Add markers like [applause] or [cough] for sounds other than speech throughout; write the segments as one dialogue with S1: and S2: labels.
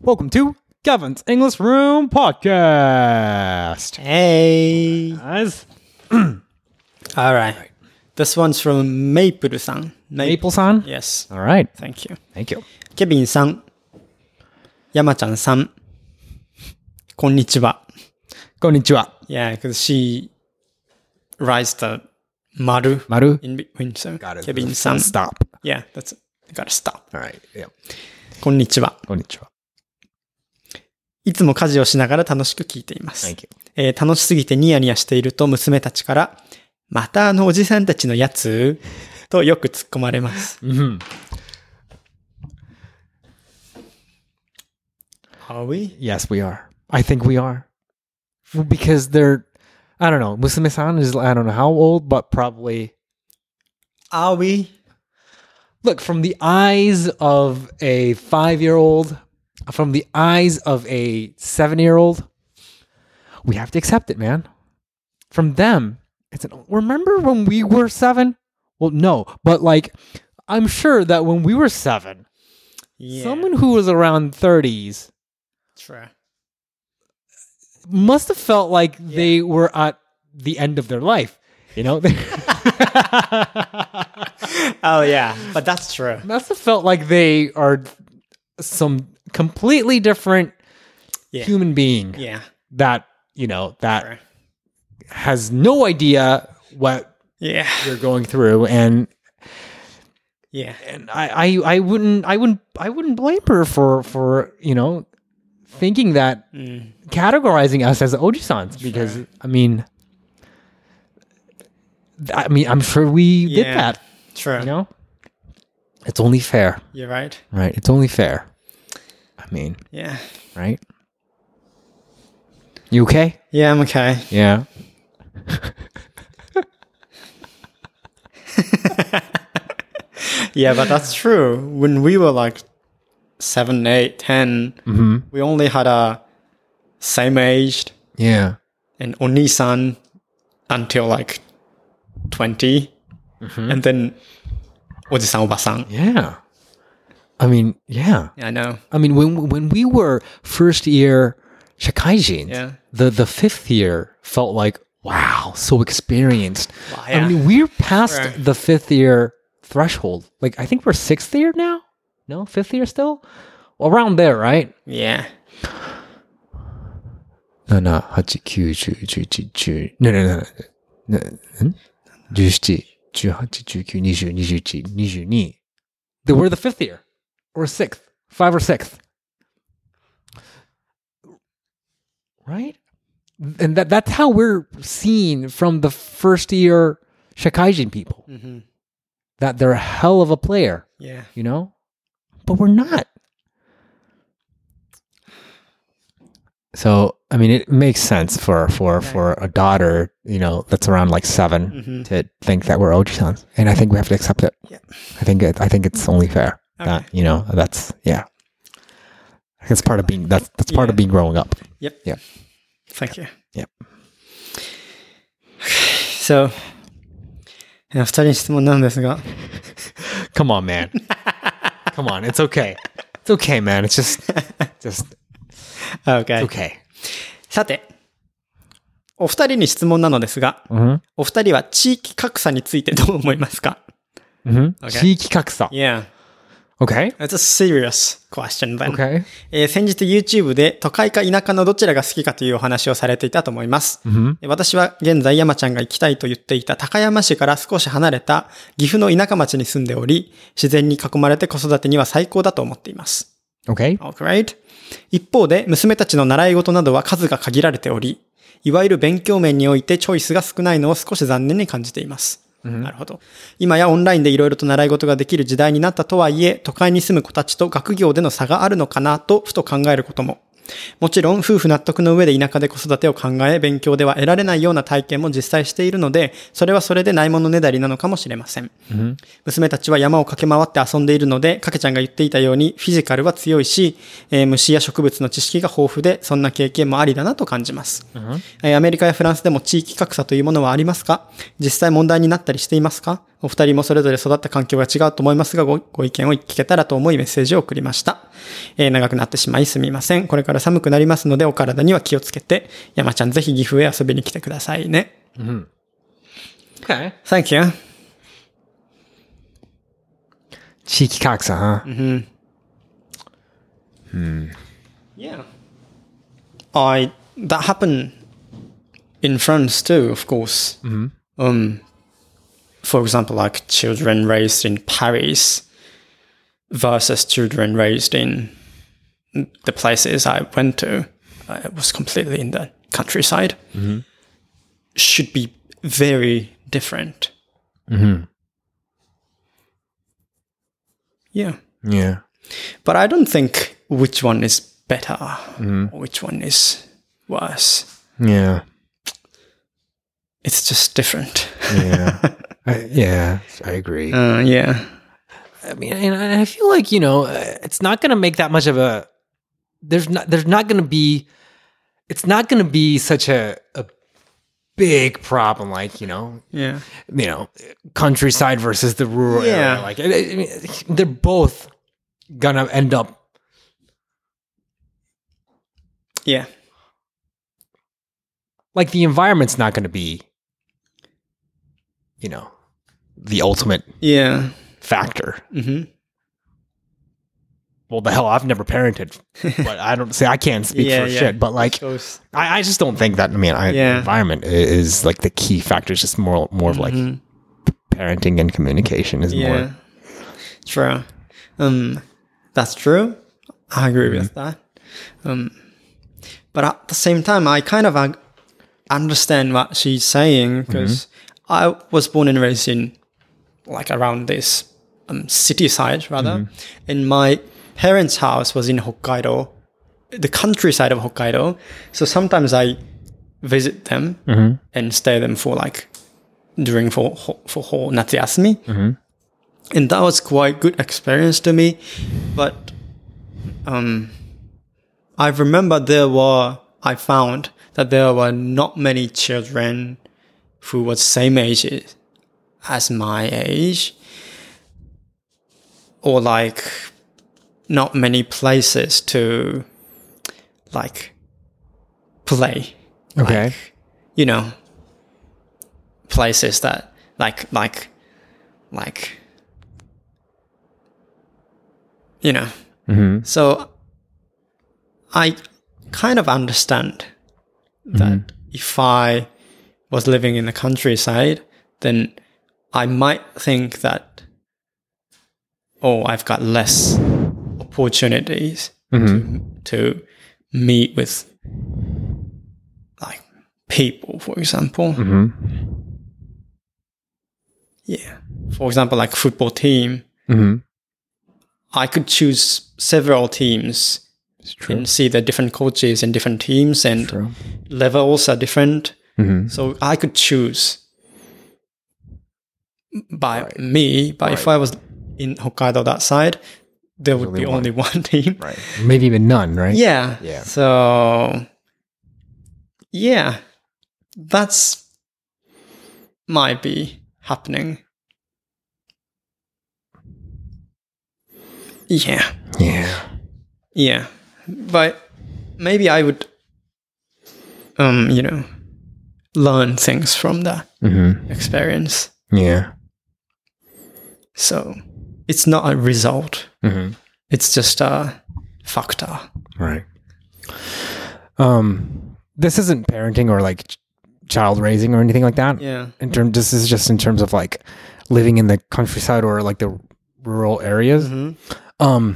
S1: Welcome to Gavin's English Room Podcast.
S2: Hey.
S1: Guys,
S2: All right. This one's from Maple さん。
S1: Maple san.
S2: Yes.
S1: All right.
S2: Thank you.
S1: Thank you.
S2: ケビンさん。山ちゃんさん。こんにちは。
S1: Konnichiwa.
S2: Yeah, because she writes the maru
S1: Maru.
S2: in between. So,
S1: Got it.
S2: ケビンさん。
S1: Stop.
S2: Yeah, that's it. Gotta stop.
S1: All right. Yeah.
S2: こんにちは。
S1: Konnichiwa.
S2: いつも家事をしながら楽しく聞いています。
S1: Thank you.
S2: えー楽しすぎてニヤニヤしていると娘たちから、またあのおじさんたちのやつとよく突っ込まれます。Are we?
S1: Yes, we are. I think we are. Because they're, I don't know, Musume-san is, I don't know how old, but probably,
S2: Are we?
S1: look, from the eyes of a five-year-old, from the eyes of a seven-year-old, we have to accept it, man. From them, it's an, remember when we were seven? Well, no, but like, I'm sure that when we were seven,
S2: Yeah.
S1: someone who was around 30s
S2: True.
S1: must have felt like they were at the end of their life. You know, [laughs] they
S2: Oh yeah, but that's true.
S1: must have felt like they are some completely different
S2: Yeah.
S1: human being
S2: Yeah.
S1: that you know that
S2: Right.
S1: has no idea what
S2: Yeah.
S1: they're going through, and
S2: Yeah.
S1: and I I, I wouldn't I wouldn't I wouldn't blame her for for you know thinking that
S2: Mm.
S1: categorizing us as Ojisans because I mean, th- I mean, I'm sure we
S2: Yeah.
S1: did that.
S2: True.
S1: You know, it's only fair,
S2: You're right.
S1: right? It's only fair. I mean,
S2: Yeah.
S1: right? You okay?
S2: Yeah, I'm okay.
S1: Yeah.
S2: Yeah, but that's true. When we were like seven, eight, ten, we only had a same aged
S1: Yeah.
S2: and Onisan until like 20 and then Ojisan Obasan.
S1: Yeah. I mean, yeah.
S2: Yeah, I know.
S1: I mean, when when we were first year shakaijin,
S2: Yeah.
S1: the the fifth year felt like wow, so experienced.
S2: Wow,
S1: I
S2: yeah.
S1: mean, we're past
S2: Sure.
S1: the fifth year threshold. Like, I think we're sixth year now. No, fifth year still, around there, right?
S2: Yeah.
S1: No, no, 8, 9, 10, 11, 10. No, no, no, no. no. 17, 18, 19, 20, 21, 22. They were the fifth year or sixth, five or sixth. Right? And that, that's how we're seen from the first year Shakaijin people
S2: Mm-hmm.
S1: that they're a hell of a player,
S2: Yeah.
S1: you know? But we're not. So I mean, it makes sense for for for a daughter, you know, that's around like 7
S2: Mhm.
S1: to think that we're Oji-sans, and I think we have to accept it.
S2: Yeah. Mm-hmm.
S1: I think it, I think it's only fair that
S2: Okay.
S1: you know that's yeah. That's part of being that's that's part of
S2: Yeah.
S1: being growing up.
S2: Yep.
S1: Yeah.
S2: Thank you.
S1: Yep.
S2: So, えーお二人に質問なんですが、
S1: Come on,
S2: [laughs]
S1: man. Come on, it's okay. It's okay, man. It's
S2: [laughs]
S1: just just
S2: okay.
S1: okay.
S2: さて、お二人に質問なのですが、
S1: Mm-hmm.
S2: お二人は地域格差についてどう思いますか
S1: Mm-hmm.
S2: Okay.
S1: Okay.
S2: Yeah,
S1: Okay.
S2: it's a serious question then.
S1: Okay.
S2: えー先日 YouTube で都会か田舎のどちらが好きかというお話をされていたと思います。えー私は現在山ちゃんが行きたいと言っていた高山市から少し離れた岐阜の田舎町に住んでおり、自然に囲まれて子育てには最高だと思っています。
S1: Okay.
S2: Alright. 一方で娘たちの習い事などは数が限られており、いわゆる勉強面においてチョイスが少ないのを少し残念に感じています。なるほど。今やオンラインでいろいろと習い事ができる時代になったとはいえ、都会に住む子たちと学業での差があるのかなとふと考えることも。もちろん夫婦納得の上で田舎で子育てを考え、勉強では得られないような体験も実際しているので、それはそれでないものねだりなのかもしれません。娘たちは山を駆け回って遊んでいるので、かけちゃんが言っていたようにフィジカルは強いし、えー虫や植物の知識が豊富で、そんな経験もありだなと感じます、えーアメリカやフランスでも地域格差というものはありますか実際問題になったりしていますかお二人もそれぞれ育った環境が違うと思いますが、ごご意見を聞けたらと思いメッセージを送りました。えー長くなってしまいすみません。これから寒くなりますので、お体には気をつけて、山ちゃんぜひ岐阜へ遊びに来てくださいね。
S1: Okay.
S2: Thank you.
S1: Cheeky cocksa, huh?
S2: Yeah. I that happened in France too, of course. Um, for example, like children raised in Paris versus children raised in the places I went to. I was completely in the countryside. Should be very different. Yeah.
S1: Yeah.
S2: But I don't think which one is better or which one is worse.
S1: Yeah.
S2: It's
S1: [laughs]
S2: just different. [laughs]
S1: Yeah. I, yeah. I agree.
S2: Uh, yeah.
S1: I mean, and I I feel like you know, uh, it's not going to make that much of a. There's not. There's not going to be. It's not going to be such a a big problem. Like you know,
S2: Yeah.
S1: you know, countryside versus the rural
S2: Yeah.
S1: area. Like I I mean, they're both gonna end up.
S2: Yeah.
S1: Like the environment's not going to be. You know, the ultimate
S2: Yeah.
S1: factor.
S2: hmm
S1: Well, the hell, I've never
S2: [laughs]
S1: parented, but I don't say I can't speak
S2: Yeah,
S1: for
S2: yeah.
S1: shit. But like, I, I just don't think that. I mean, I,
S2: Yeah.
S1: environment i- is like the key factor. It's just more, more of like parenting and communication is
S2: Mm-hmm. Yeah.
S1: more.
S2: True. Um, that's true. I agree with
S1: Mm-hmm.
S2: that. Um, but at the same time, I kind of uh, understand what she's saying
S1: Mm-hmm.
S2: because I was born and raised in like around this um, city side rather,
S1: Mm-hmm.
S2: and my parents' house was in Hokkaido, the countryside of Hokkaido. So sometimes I visit them
S1: Mm-hmm.
S2: and stay them for like during for for whole natsuyasumi and that was quite good experience to me but um i remember there were i found that there were not many children who were same age as my age or like not many places to like play
S1: Okay.
S2: you know places that like like like you know
S1: Mm-hmm.
S2: so i kind of understand that if i was living in the countryside then i might think that oh i've got less opportunities
S1: Mm-hmm.
S2: to, to meet with like people, for example.
S1: Mm-hmm.
S2: Yeah. For example, like football team,
S1: Mm-hmm.
S2: I could choose several teams
S1: It's true.
S2: and see the different coaches and different teams and
S1: True.
S2: levels are different.
S1: Mm-hmm.
S2: So I could choose by me, but if I was in Hokkaido that side, there would be only [laughs] one team.
S1: Right. Maybe even none. Right.
S2: Yeah.
S1: Yeah.
S2: So, yeah, that's might be happening. Yeah.
S1: Yeah.
S2: Yeah. But maybe I would, um, you know, learn things from that
S1: Mm-hmm.
S2: experience.
S1: Yeah.
S2: So it's not a result.
S1: Mm-hmm.
S2: It's just a factor.
S1: Right. Um, this isn't parenting or like ch- child raising or anything like that.
S2: Yeah.
S1: In term, this is just in terms of like living in the countryside or like the rural areas.
S2: hmm
S1: um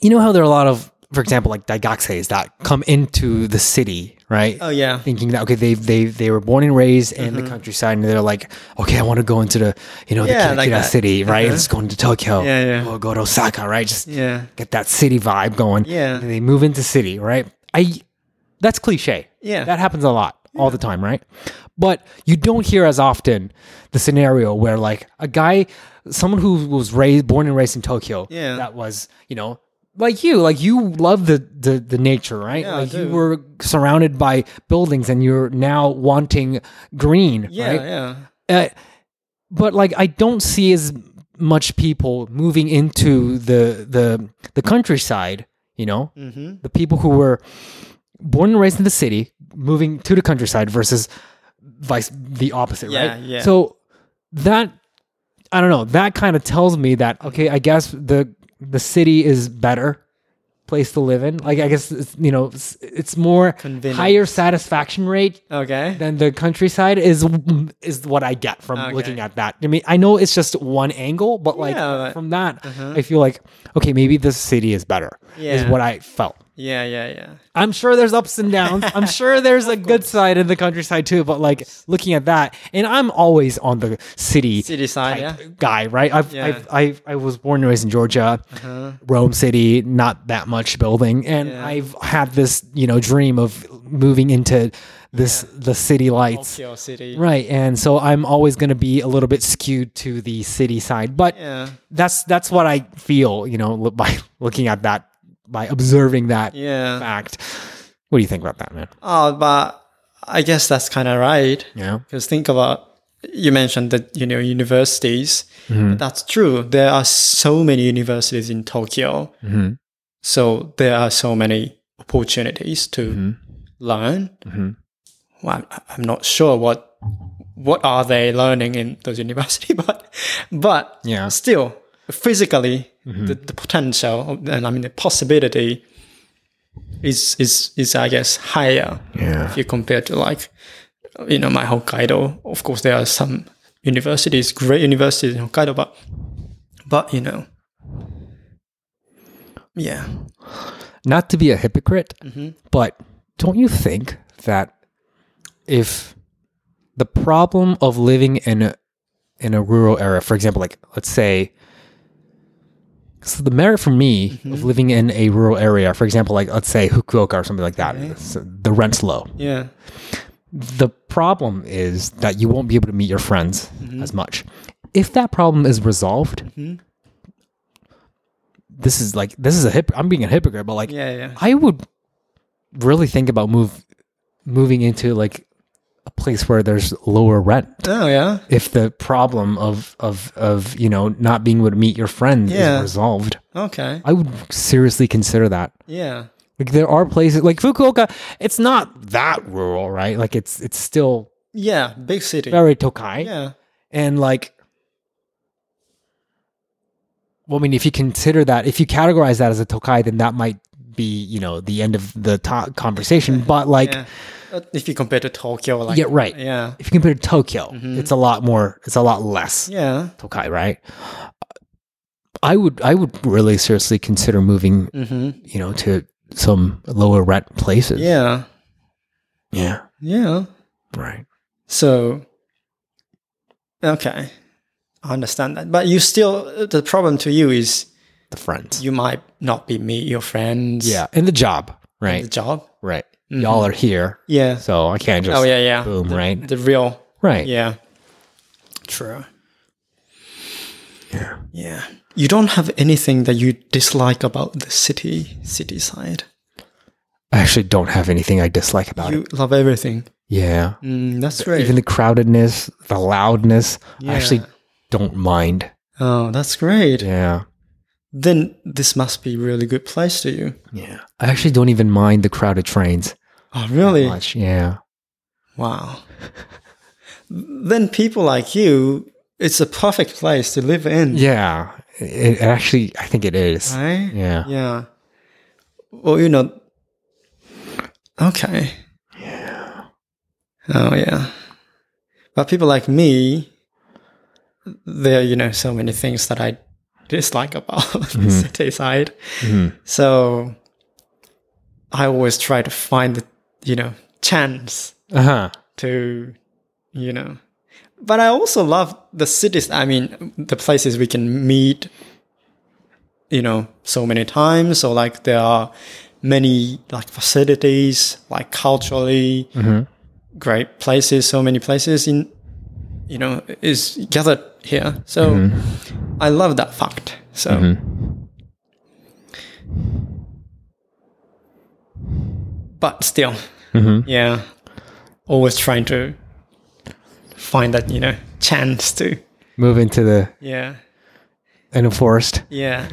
S1: you know how there are a lot of for example like digoxes that come into the city right
S2: Oh yeah.
S1: thinking that okay they they they were born and raised in
S2: Mm-hmm.
S1: the countryside and they're like okay i want to go into the you know
S2: Yeah,
S1: the
S2: like
S1: Kirikira
S2: that. Uh-huh.
S1: city right let's go into tokyo
S2: Yeah, yeah.
S1: we'll go to osaka right just
S2: Yeah.
S1: get that city vibe going
S2: Yeah.
S1: and they move into city right i that's cliche
S2: Yeah.
S1: that happens a lot all the time, right? But you don't hear as often the scenario where like a guy, someone who was raised, born and raised in Tokyo,
S2: Yeah.
S1: that was you know like you, like you love the the, the nature, right?
S2: Yeah, I
S1: like you
S2: do.
S1: were surrounded by buildings, and you're now wanting green,
S2: Yeah.
S1: right?
S2: Yeah.
S1: Uh, but like I don't see as much people moving into the the the countryside. You know,
S2: Mhm.
S1: the people who were born and raised in the city moving to the countryside versus vice the opposite,
S2: Yeah,
S1: right?
S2: yeah.
S1: So that I don't know. That kind of tells me that okay, I guess the the city is better place to live in. Like I guess it's, you know it's, it's more
S2: Convenient.
S1: higher satisfaction rate
S2: Okay.
S1: than the countryside is is what I get from
S2: Okay.
S1: looking at that. I mean, I know it's just one angle, but like
S2: Yeah, but- uh-huh.
S1: from that, I feel like okay, maybe this city is better. Is
S2: Yeah.
S1: what I felt.
S2: Yeah, yeah, yeah.
S1: I'm sure there's ups and downs.
S2: [laughs]
S1: I'm sure there's a good side in the countryside too, but like looking at that, and I'm always on the city,
S2: City side,
S1: type
S2: yeah.
S1: guy, right? I've,
S2: Yeah. Uh-huh.
S1: I've, I've, I was born and raised in Georgia, Rome City, not that much building, and
S2: Yeah.
S1: I've had this, you know, dream of moving into this the city lights,
S2: Tokyo City.
S1: right? And so I'm always going to be a little bit skewed to the city side, but
S2: Yeah.
S1: that's that's what I feel, you know, lo- [laughs] by looking at that, by observing that
S2: Yeah.
S1: fact. What do you think about that, man?
S2: Oh, but I guess that's kind of right.
S1: Yeah.
S2: Because think about you mentioned that you know universities. That's true. There are so many universities in Tokyo,
S1: Mhm.
S2: so there are so many opportunities to learn.
S1: Mhm.
S2: Well, I'm, I'm not sure what what are they learning in those [laughs] universities, but but
S1: Yeah. Mm-hmm.
S2: still physically the, the potential and I mean the possibility is is is I guess higher
S1: Yeah.
S2: if you compare to like you know my Hokkaido. Of course, there are some universities, great universities in Hokkaido, but but you know, yeah,
S1: Not to be a hypocrite, but don't you think that if the problem of living in a in a rural area, for example, like let's say so the merit for me of living in a rural area, for example, like let's say Fukuoka or something like that, so the rent's low.
S2: yeah,
S1: the problem is that you won't be able to meet your friends as much. If that problem is resolved, this is like this is a hip. I'm being a hypocrite, but like
S2: yeah, yeah,
S1: I would really think about move moving into like a place where there's lower rent.
S2: oh yeah,
S1: If the problem of of of you know not being able to meet your friends
S2: Yeah.
S1: is resolved,
S2: okay,
S1: I would seriously consider that.
S2: yeah,
S1: Like there are places like Fukuoka, it's not that rural, right? Like it's it's still
S2: yeah, big city,
S1: very Tokai.
S2: yeah,
S1: And like, well, I mean, if you consider that, if you categorize that as a Tokai, then that might be, you know, the end of the to- conversation. But like,
S2: yeah. But If you compare to Tokyo, like
S1: Yeah, right.
S2: yeah,
S1: if you compare to Tokyo, it's a lot more, it's a lot less
S2: Mm-hmm. yeah,
S1: Tokai, right? Uh, I would, I would really seriously consider moving,
S2: hmm
S1: you know, to some lower rent places.
S2: yeah,
S1: Yeah.
S2: yeah.
S1: Right.
S2: So, okay, I understand that, but you still the problem to you is
S1: The friends.
S2: you might not be meet your friends.
S1: yeah. And the job. Right.
S2: The job.
S1: right. Y'all are here.
S2: Yeah.
S1: So I can't just
S2: Oh yeah, yeah.
S1: boom,
S2: the,
S1: right?
S2: The real.
S1: Right.
S2: Yeah. True. Yeah. Yeah. You don't have anything that you dislike about the city, city side.
S1: I actually don't have anything I dislike about it.
S2: You love everything.
S1: Yeah.
S2: Mm, that's great.
S1: Even the crowdedness, the loudness, I actually
S2: Yeah.
S1: don't mind.
S2: oh, that's great.
S1: Yeah.
S2: Then this must be really good place to you.
S1: Yeah. I actually don't even mind the crowded trains
S2: Oh, really?
S1: much. Yeah.
S2: Wow. then people like you, it's a perfect place to live in.
S1: Yeah. It, it actually, I think it is.
S2: Right?
S1: Yeah.
S2: Yeah. Well, you know. Okay. Yeah. Oh yeah. But people like me, there are you know so many things that I dislike about [laughs] the city side. So I always try to find the you know chance
S1: Uh huh.
S2: to you know. But I also love the cities. I mean, the places we can meet you know so many times or like there are many like facilities like culturally great places so many places in you know is gathered here so i love that fact so but still yeah always trying to find that you know chance to
S1: move into the
S2: Yeah.
S1: in a forest.
S2: Yeah.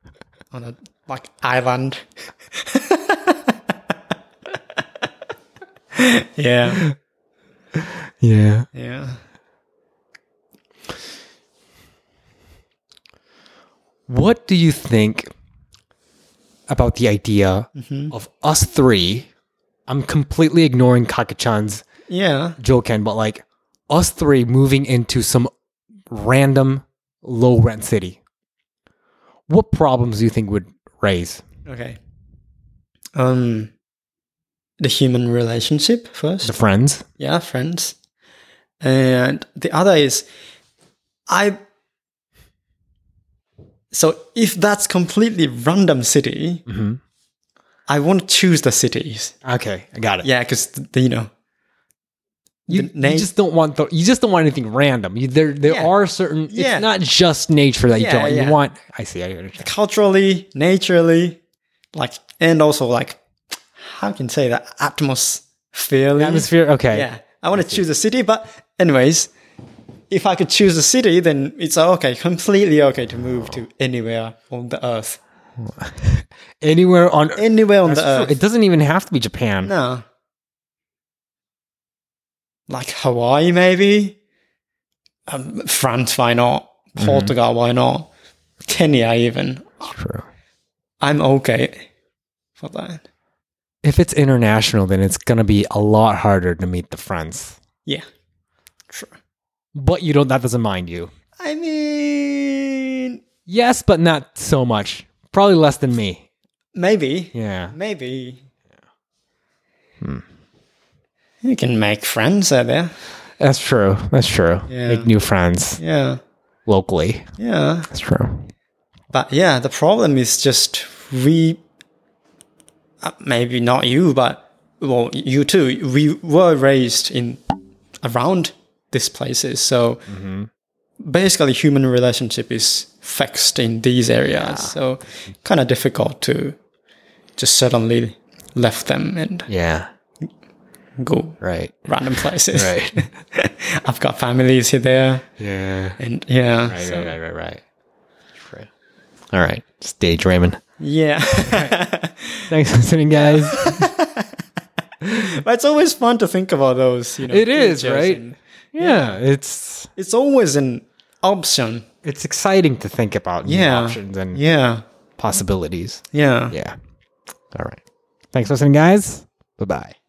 S2: [laughs] On a like island. [laughs] yeah.
S1: Yeah.
S2: Yeah.
S1: What do you think about the idea of us three? I'm completely ignoring Kakachan's
S2: Yeah.
S1: joke Ken, but like us three moving into some random low rent city. What problems do you think would raise?
S2: Okay. Um the human relationship first.
S1: The friends?
S2: yeah, friends. And the other is I so if that's completely random city,
S1: Mhm.
S2: I want to choose the cities.
S1: Okay, I got it.
S2: Yeah, because you know,
S1: you,
S2: the
S1: you
S2: nat-
S1: just don't want the, you just don't want anything random. You, there there
S2: Yeah.
S1: are certain
S2: Yeah.
S1: it's not just nature that you
S2: Yeah,
S1: don't want.
S2: yeah.
S1: You want I see, I understand.
S2: culturally, naturally, like, and also like, how can you say that atmosphere?
S1: Atmosphere, okay.
S2: Yeah, I want to choose a city, but anyways, if I could choose a city, then it's okay, completely okay to move to anywhere on the earth,
S1: Anywhere on earth.
S2: anywhere on the earth.
S1: It doesn't even have to be Japan.
S2: No. Like Hawaii, maybe? Um, France, why not? Portugal, why not? Kenya, even.
S1: True.
S2: I'm okay for that.
S1: If it's international, then it's gonna be a lot harder to meet the friends.
S2: Yeah. True.
S1: But you don't that doesn't mind you.
S2: I mean,
S1: Yes, but not so much. Probably less than me.
S2: maybe.
S1: Yeah.
S2: Maybe. You can make friends out there.
S1: That's true. That's true.
S2: Yeah.
S1: Make new friends
S2: Yeah.
S1: locally.
S2: Yeah.
S1: That's true.
S2: But yeah, the problem is just we, uh, maybe not you, but well, you too. We were raised in around these places, so basically, human relationship is fixed in these areas. So kind of difficult to just suddenly left them and
S1: Yeah.
S2: go
S1: Right.
S2: random places.
S1: Right.
S2: [laughs] I've got families here there,
S1: yeah.
S2: and yeah,
S1: Right,
S2: so-
S1: right, right, right, right. True. All right. Stage Raymond.
S2: yeah. [laughs]
S1: Thanks for listening, guys.
S2: but it's always fun to think about those. You know,
S1: It is,
S2: features
S1: right?
S2: and-
S1: yeah, it's
S2: it's always an option.
S1: it's exciting to think about new
S2: Yeah.
S1: options and
S2: Yeah.
S1: possibilities.
S2: Yeah.
S1: Yeah. All right. Thanks for listening, guys. Bye bye.